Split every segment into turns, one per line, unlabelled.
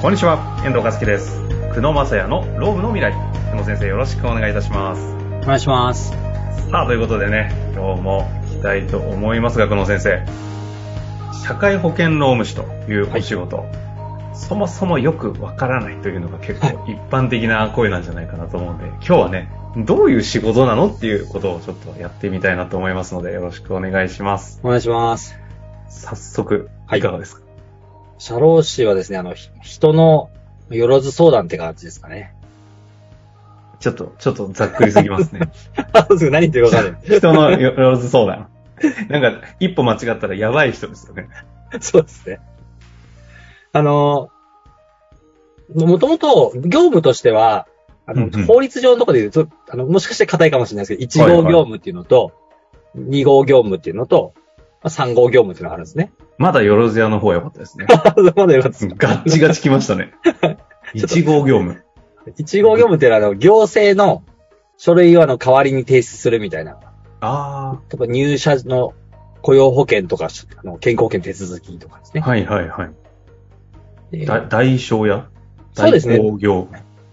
こんにちは、遠藤和樹です。久野正也のローブの未来。久野先生、よろしくお願いいたします。
お願いします。
さあ、ということでね、今日も行きたいと思いますが、久野先生。社会保険労務士というお仕事、そもそもよくわからないというのが結構一般的な声なんじゃないかなと思うんで、今日はね、どういう仕事なのっていうことをちょっとやってみたいなと思いますので、よろしくお願いします。
お願いします。
早速、
はい
いかがですか、
社労士はですね、あの、ひ人のよろず相談って感じですかね。
ちょっと、ちょっとざっくりすぎますね。
あそうです 何言ってるか分か ん
人のよろず相談。なんか、一歩間違ったらやばい人ですよね。
ない。 そうですね。あの、もともと業務としては、あの、
うんうん
法律上のところで言うと、あの、もしかして硬いかもしれないですけど、
はいは
1
い
号業務っていうのと、2号業務っていうのと、まあ3号業務っていうのがあるんですね。
まだよろず屋の方が良かったですね。
あそうまだよかったです
ガッチガチきました ね。
ちょっと
1号業務。
1号業務っていうのは、あの、行政の書類をあの、代わりに提出するみたいな。
あ
例えば入社の雇用保険とか、あの健康保険手続きとかです
あ。
ね。
はいはいはい。
えー
だ大商や
そうですね
大工業。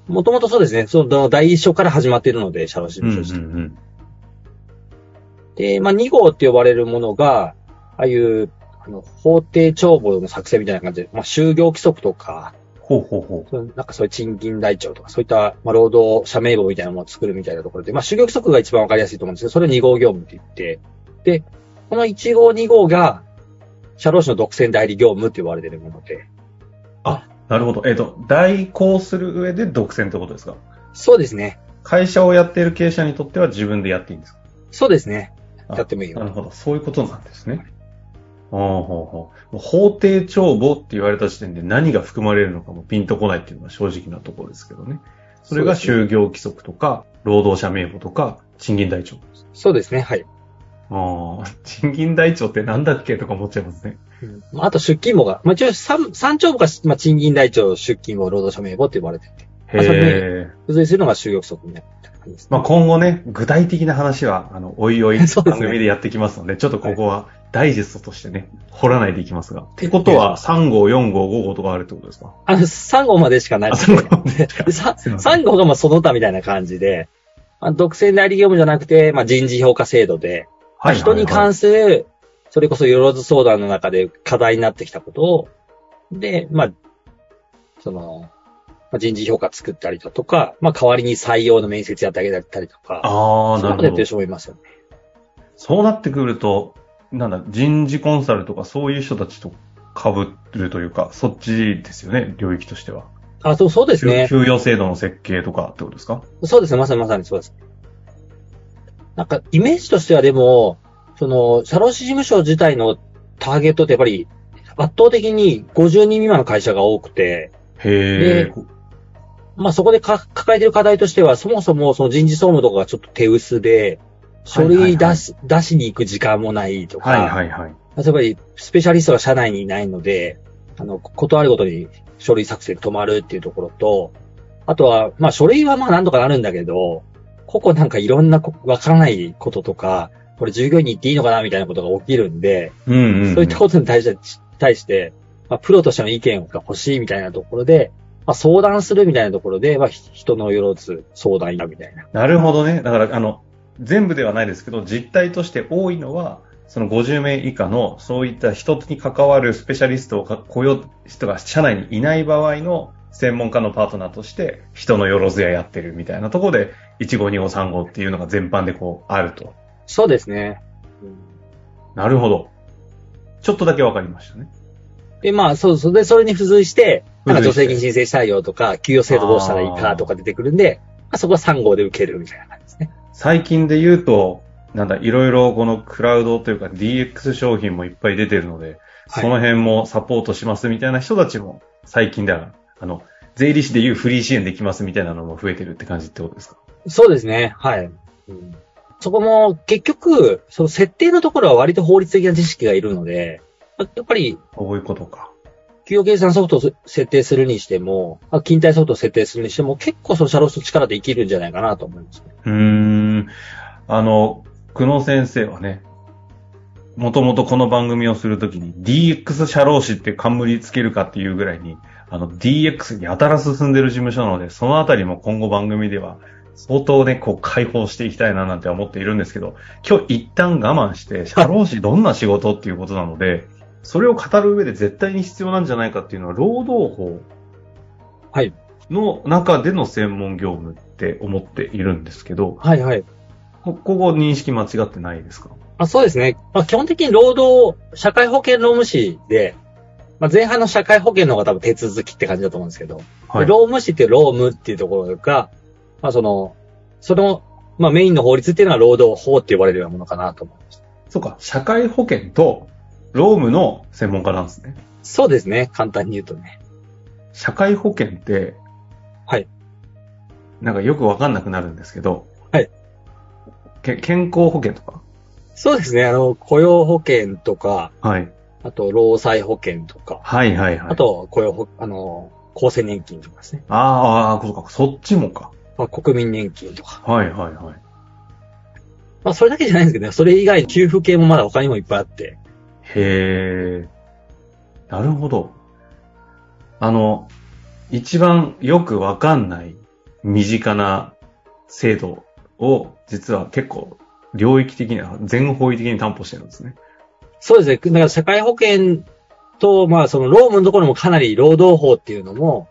もともとそうですね、その第一章から始まっているので、社労士
うん
の
うんう
書士
ん。
で、まあ、2号って呼ばれるものが、ああいう、あの、法定帳簿の作成みたいな感じで、まあ、就業規則とか、
ほうほうほ
そのなんかそういう賃金台帳とか、そういった、まあ、労働者名簿みたいなものを作るみたいなところで、まあ、就業規則が一番わかりやすいと思うんですけど、それを2号業務って言って、で、この1号、2号が、社労士の独占代理業務って呼ばれているもので、
う。あ、なるほど。えっ、と、代行する上で独占ってことですか
そうですね。
会社をやっている経営者にとっては自分でやっていいんですか
そうですね。
あ
やってもいい
なる
よ。
ほど。そういうことなんですね。ほうほうほう。法定帳簿って言われた時点で何が含まれるのかもピンとこないっていうのが正直なところですけどね。それが
そうで
就業規則とか、労働者名簿とか、賃金台帳。
そうですね、はい。
ああ、賃金台帳ってなんだっけとか思っちゃいますね。
まああと出勤簿が、まあ、一応三、三帳簿が、まあ、賃金台帳、出勤簿、労働者名簿って呼ばれてて、
へえ。
付随するのが就業規則みたいな感じです、ね。
まあ、今後ね、具体的な話は、あの、おいおい
そうで
番
すね
組でやってきますので、ちょっとここはダイジェストとしてね、掘らないでいきますが。ってことは、3号、4号、5号とかあるってことですか
あの、3号までしかない
あ、
ので
3号ですか
でさ
すいません
三号がまあその他みたいな感じで、まあ、独占代理業務じゃなくて、まあ、人事評価制度で、
はいはいはい
人に関する、それこそよろず相談の中で課題になってきたことを、で、まあ、その、まあ、人事評価作ったりだとか、まあ、代わりに採用の面接やってあげたりとか、
ああ、
そう
な
いうこと
るほ
やって
ど
る。人もいますよね。
そうなってくると、なんだ、人事コンサルとかそういう人たちと被るというか、そっちですよね、領域としては。
あ、そう、そうですね。
給与制度の設計とかってことですか
そうですね。まさにまさにそうです。なんか、イメージとしてはでも、その、社労士事務所自体のターゲットってやっぱり、圧倒的に50人未満の会社が多くて、
へえ
で。まあそこでか抱えてる課題としては、そもそもその人事総務とかがちょっと手薄で、書類出し、出しに行く時間もないとか、
はいはいはい。
例えばスペシャリストが社内にいないので、あの、断るごとに書類作成止まるっていうところと、あとは、まあ書類はまあなんとかなるんだけど、個々なんかいろんなこわからないこととか、これ従業員に言っていいのかなみたいなことが起きるんで、
うんうん、うん。
そういったことに対して、対して、まあ、プロとしての意見が欲しいみたいなところで、まあ、相談するみたいなところで、まあ、ひ人のよろず相談やみたいな。
なるほどね。だから、あの、全部ではないですけど、実態として多いのは、その50名以下の、そういった人に関わるスペシャリストをか雇用、人が社内にいない場合の専門家のパートナーとして、人のよろずややってるみたいなところで、1号、2号、3号っていうのが全般でこう、あると。
そうですね。
なるほど。ちょっとだけわかりましたね。
で、まあ、そうそう。で、それに付随して、なんか
付随
助
して
成金申請したいよとか、給与制度どうしたらいいかとか出てくるんで、まあ、そこは3号で受けるみたいな感じですね。
最近で言うと、なんだ、いろいろこのクラウドというか DX 商品もいっぱい出てるので、
はい
その辺もサポートしますみたいな人たちも最近では、あの、税理士でいうフリー支援できますみたいなのも増えてるって感じってことですか
そうですね。はい。うんそこも、結局、その設定のところは割と法律的な知識がいるので、まあやっぱり、
こういうことか。
給与計算ソフトを設定するにしても、あ勤滞ソフトを設定するにしても、結構その社労士の力で生きるんじゃないかなと思いますね。
うーん。あの、久野先生はね、もともとこの番組をするときに DX 社労士って冠つけるかっていうぐらいに、あの DX にやたら進んでる事務所なので、そのあたりも今後番組では相当ね、こう解放していきたいななんて思っているんですけど、今日一旦我慢して、社労士どんな仕事っていうことなので、それを語る上で絶対に必要なんじゃないかっていうのは、労働法
はい。
の中での専門業務って思っているんですけど、
はいはい。
こここ認識間違ってないですか
あそうですね。まあ、基本的に労働、社会保険労務士で、まあ、前半の社会保険の方が多分手続きって感じだと思うんですけど、
はい。
労務士って労務っていうところが、まあその、その、まあメインの法律っていうのは労働法って呼ばれるようなものかなと思いました。
そうか、社会保険と労務の専門家なんですね。
そうですね。簡単に言うとね。
社会保険って、
はい。
なんかよくわかんなくなるんですけど、
はい。
け健康保険とか
そうですね。あの、雇用保険とか、
はい。
あと労災保険とか、
はいはいはい。
あ、と雇用保、あの、厚生年金とかですね。
あーあー、そうか、そっちもか。
まあ、国民年金とか。
はいはいはい。
まあそれだけじゃないんですけどね。それ以外給付系もまだ他にもいっぱいあって。
へえ。なるほど。あの、一番よくわかんない身近な制度を実は結構領域的には全方位的に担保してるんですね。
そうですね。だから社会保険と、まあその労務のところもかなり労働法っていうのも、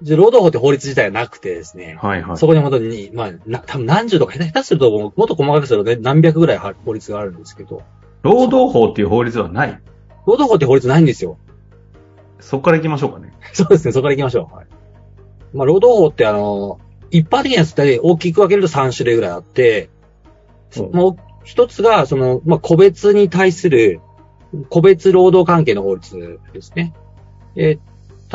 じゃあ労働法って法律自体はなくてですね。
はいはい。
そこに本当に、まあ、な、多分何十とか下手下手すると、もっと細かくするとね、何百ぐらいは法律があるんですけど、
労働法っていう法律はない。
労働法って法律ないんですよ。
そこから行きましょうかね。
そうですね、そこから行きましょう。はい。まあ、労働法ってあの、一般的なやつって大きく分けると3種類ぐらいあって、
うん
もう一つが、その、まあ、個別に対する、個別労働関係の法律ですね。えー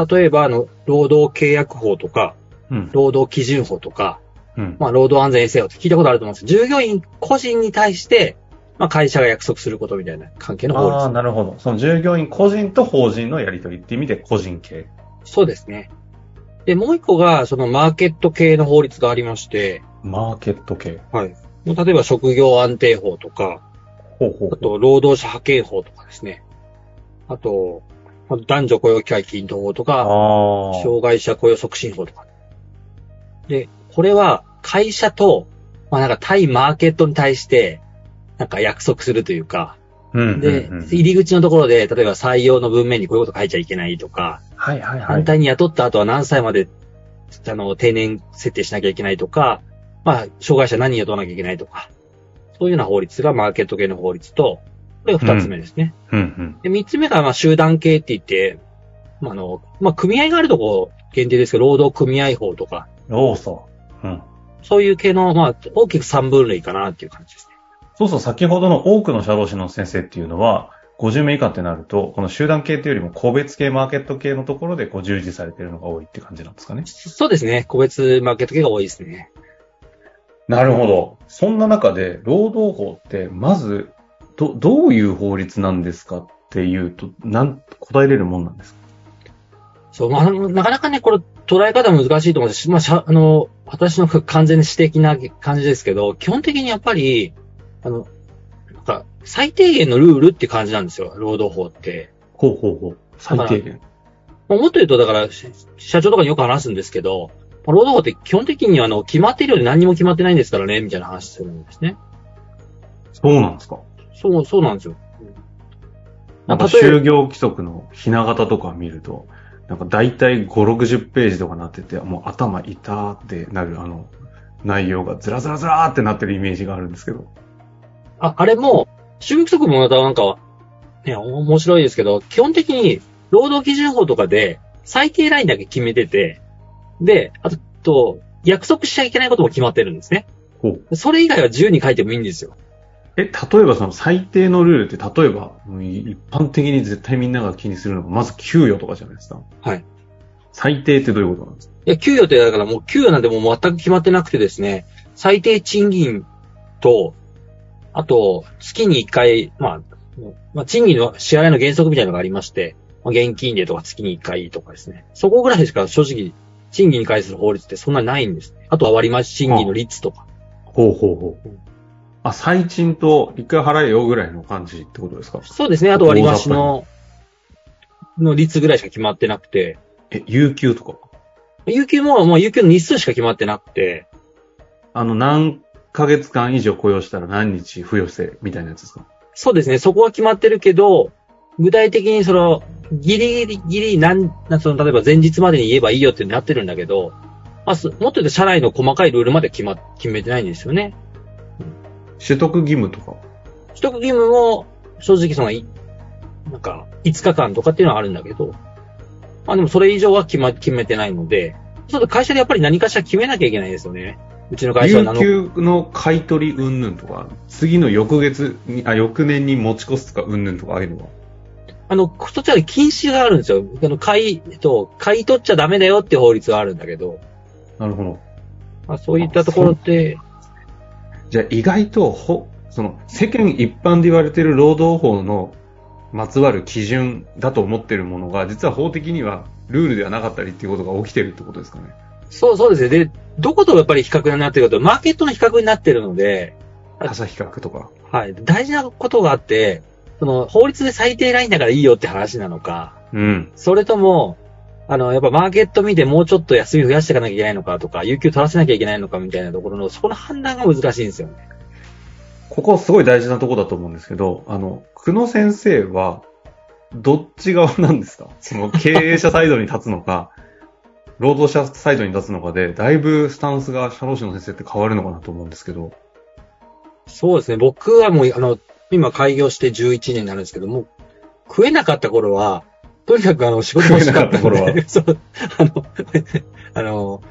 例えば、あの、労働契約法とか、
うん。
労働基準法とか、
うん。
まあ、労働安全衛生法って聞いたことあると思うんですけど従業員個人に対して、まあ、会社が約束することみたいな関係の法律。
ああ、なるほど。その従業員個人と法人のやりとりって意味で個人系。
そうですね。で、もう一個が、そのマーケット系の法律がありまして、
マーケット系。
はい。もう例えば職業安定法とか、
ほうほうほ
あ
う。
と労働者派遣法とかですね。あと、まあ男女雇用機会均等法とか、
ああ。
障害者雇用促進法とか。で、これは会社と、まあなんか対マーケットに対して、なんか約束するというか、
うんうん
で
うん、
入り口のところで、例えば採用の文面にこういうこと書いちゃいけないとか、
はいはいは
反
い。
対に雇った後は何歳まで、あの、定年設定しなきゃいけないとか、まあ、障害者何人雇わなきゃいけないとか、そういうような法律がマーケット系の法律と、これが二つ目ですね。
うんうん。
で、三つ目が、まあ、集団系って言って、まあ、あの、まあ、組合があるとこ限定ですけど、労働組合法とか、
そうそう。うん。
そういう系の、まあ、大きく三分類かなっていう感じですね。
そうそう、先ほどの多くの社労士の先生っていうのは、50名以下ってなると、この集団系っていうよりも個別系、マーケット系のところでこう従事されているのが多いって感じなんですかね。
そうですね。個別マーケット系が多いですね。
なるほど。そんな中で、労働法って、まず、ど、どういう法律なんですかっていうと、なん、答えれるもんなんですか
そう、まあ、なかなかね、これ、捉え方難しいと思うし、まあ、しゃあの、私の完全に私的な感じですけど、基本的にやっぱり、あの、なんか、最低限のルールって感じなんですよ、労働法って。
ほうほうほう。最低限。
まあもっと言うと、だから、し社長とかによく話すんですけど、まあ労働法って基本的には、あの、決まってるより何にも決まってないんですからね、みたいな話するんですね。
そうなんですか。
そう、そうなんですよ。
なんか
例えば
就業規則のひな形とか見ると、なんか大体5、60ページとかなってて、もう頭痛ーってなる、あの、内容がずらずらずらーってなってるイメージがあるんですけど。
あ、あれも、就業規則もまたなんか、ね、面白いですけど、基本的に、労働基準法とかで、最低ラインだけ決めてて、で、あと、と約束しちゃいけないことも決まってるんですね。
ほう。
それ以外は自由に書いてもいいんですよ。
え、例えばその最低のルールって、例えば、うん一般的に絶対みんなが気にするのが、まず給与とかじゃないですか。
はい。
最低ってどういうことなんですか
いや、給与って、だからもう給与なんてもう全く決まってなくてですね、最低賃金と、あと、月に1回、まあ、まあ、賃金の支払いの原則みたいなのがありまして、まあ、現金でとか月に1回とかですね。そこぐらいしか正直、賃金に関する法律ってそんなにないんですね。あとは割増賃金の率とか。
ほうほうほう。あ、最賃と一回払えよぐらいの感じってことですか
そうですね。あと割り増しの、の率ぐらいしか決まってなくて、
え、有給とか
有給も、もう有給の日数しか決まってなくて、
あの、何ヶ月間以上雇用したら何日付与してみたいなやつですか
そうですね。そこは決まってるけど、具体的にその、ギリギリ、ギリ、なん、なんその、例えば前日までに言えばいいよってなってるんだけど、まあ、すもっと言うと社内の細かいルールまで決ま、決めてないんですよね。
取得義務とか。
取得義務も、正直その、いなんか、5日間とかっていうのはあるんだけど、まあでもそれ以上は決ま、決めてないので、ちょっと会社でやっぱり何かしら決めなきゃいけないですよね。うちの会社は
有
何
給の買い取り云々とか、次の翌月に、あ、翌年に持ち越すとか云々とかああいうのは。
あの、そっちは禁止があるんですよ。あの、買い、えっと、買い取っちゃダメだよって法律はあるんだけど、
なるほど。
まあ、そういったところって、
じゃあ意外と、ほ、その、世間一般で言われている労働法のまつわる基準だと思っているものが、実は法的にはルールではなかったりっていうことが起きてるってことですかね。
そう、そうですね。で、どことやっぱり比較になってるかと、マーケットの比較になってるので、
他者比較とか。
はい。大事なことがあって、その、法律で最低ラインだからいいよって話なのか、
うん。
それとも、あの、やっぱマーケット見てもうちょっと休み増やしていかなきゃいけないのかとか、有給取らせなきゃいけないのかみたいなところの、そこの判断が難しいんですよね。
ここすごい大事なとこだと思うんですけど、あの、久野先生は、どっち側なんですか その経営者サイドに立つのか、労働者サイドに立つのかで、だいぶスタンスが社労士の先生って変わるのかなと思うんですけど、
そうですね。僕はもう、あの、今開業して11年になるんですけども、食えなかった頃は、とにかくあの、仕事が欲しかった
食えなか
頃
った頃
は。 そう、あの、あの、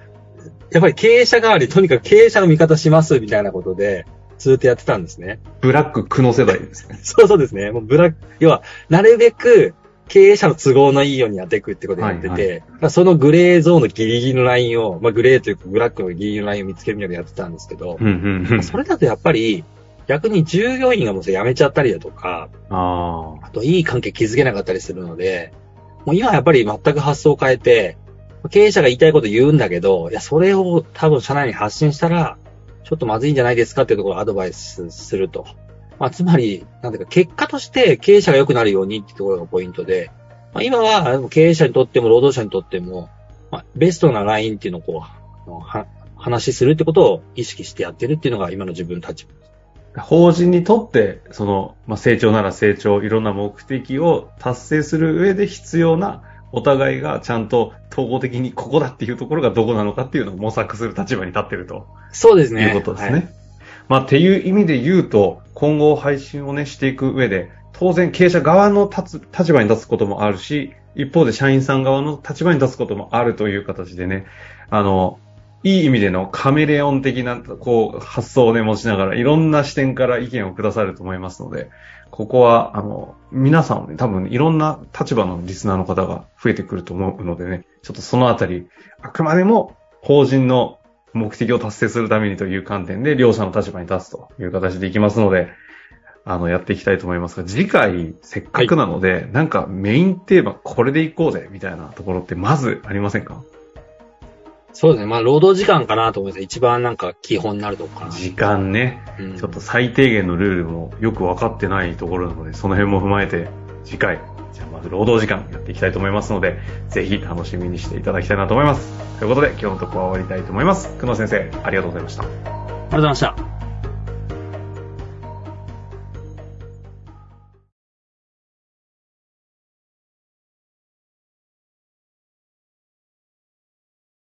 やっぱり経営者代わり、とにかく経営者の味方します、みたいなことで、ずっとやってたんで すね。
ブラック久野世代ですね。
そうそうですね。もうブラック、要は、なるべく経営者の都合のいいようにやっていくってことをやってて、
はい
まあそのグレーゾーンのギリギリのラインを、まあ、グレーというかブラックのギリギリのラインを見つけるようにやってたんですけど、
うんうんうん。
それだとやっぱり、逆に従業員がもうそれ辞めちゃったりだとか、
ああ。
あといい関係築けなかったりするので、もう今はやっぱり全く発想を変えて、経営者が言いたいこと言うんだけど、いや、それを多分社内に発信したら、ちょっとまずいんじゃないですかっていうところをアドバイスすると。まあ、つまり、なんていうか、結果として経営者が良くなるようにっていうところがポイントで、まあ、今はあの経営者にとっても労働者にとっても、まあ、ベストなラインっていうのをこうあの、は話しするってことを意識してやってるっていうのが今の自分たち。
法人にとって、その、まあ、成長なら成長、いろんな目的を達成する上で必要な、お互いがちゃんと統合的にここだっていうところがどこなのかっていうのを模索する立場に立ってると。
そうですね。
いうことですね。
はい
まあ、っていう意味で言うと、今後配信をね、していく上で、当然経営者側の立つ、立場に立つこともあるし、一方で社員さん側の立場に立つこともあるという形でね、あの、いい意味でのカメレオン的な、こう、発想をね、持ちながら、いろんな視点から意見をくださると思いますので、ここは、あの、皆さんをね、多分、いろんな立場のリスナーの方が増えてくると思うのでね、ちょっとそのあたり、あくまでも、法人の目的を達成するためにという観点で、両者の立場に立つという形でいきますので、あの、やっていきたいと思いますが、次回、せっかくなので、なんかメインテーマ、これでいこうぜ、みたいなところって、まずありませんか
そうですね。まあ、労働時間かなと思います。一番なんか基本になるとこかな。
時間ね、
うん
ちょっと最低限のルールもよく分かってないところなので、その辺も踏まえて、次回、じゃあまず労働時間やっていきたいと思いますので、ぜひ楽しみにしていただきたいなと思います。ということで、今日のとこは終わりたいと思います。久野先生、ありがとうございました。
ありがとうございました。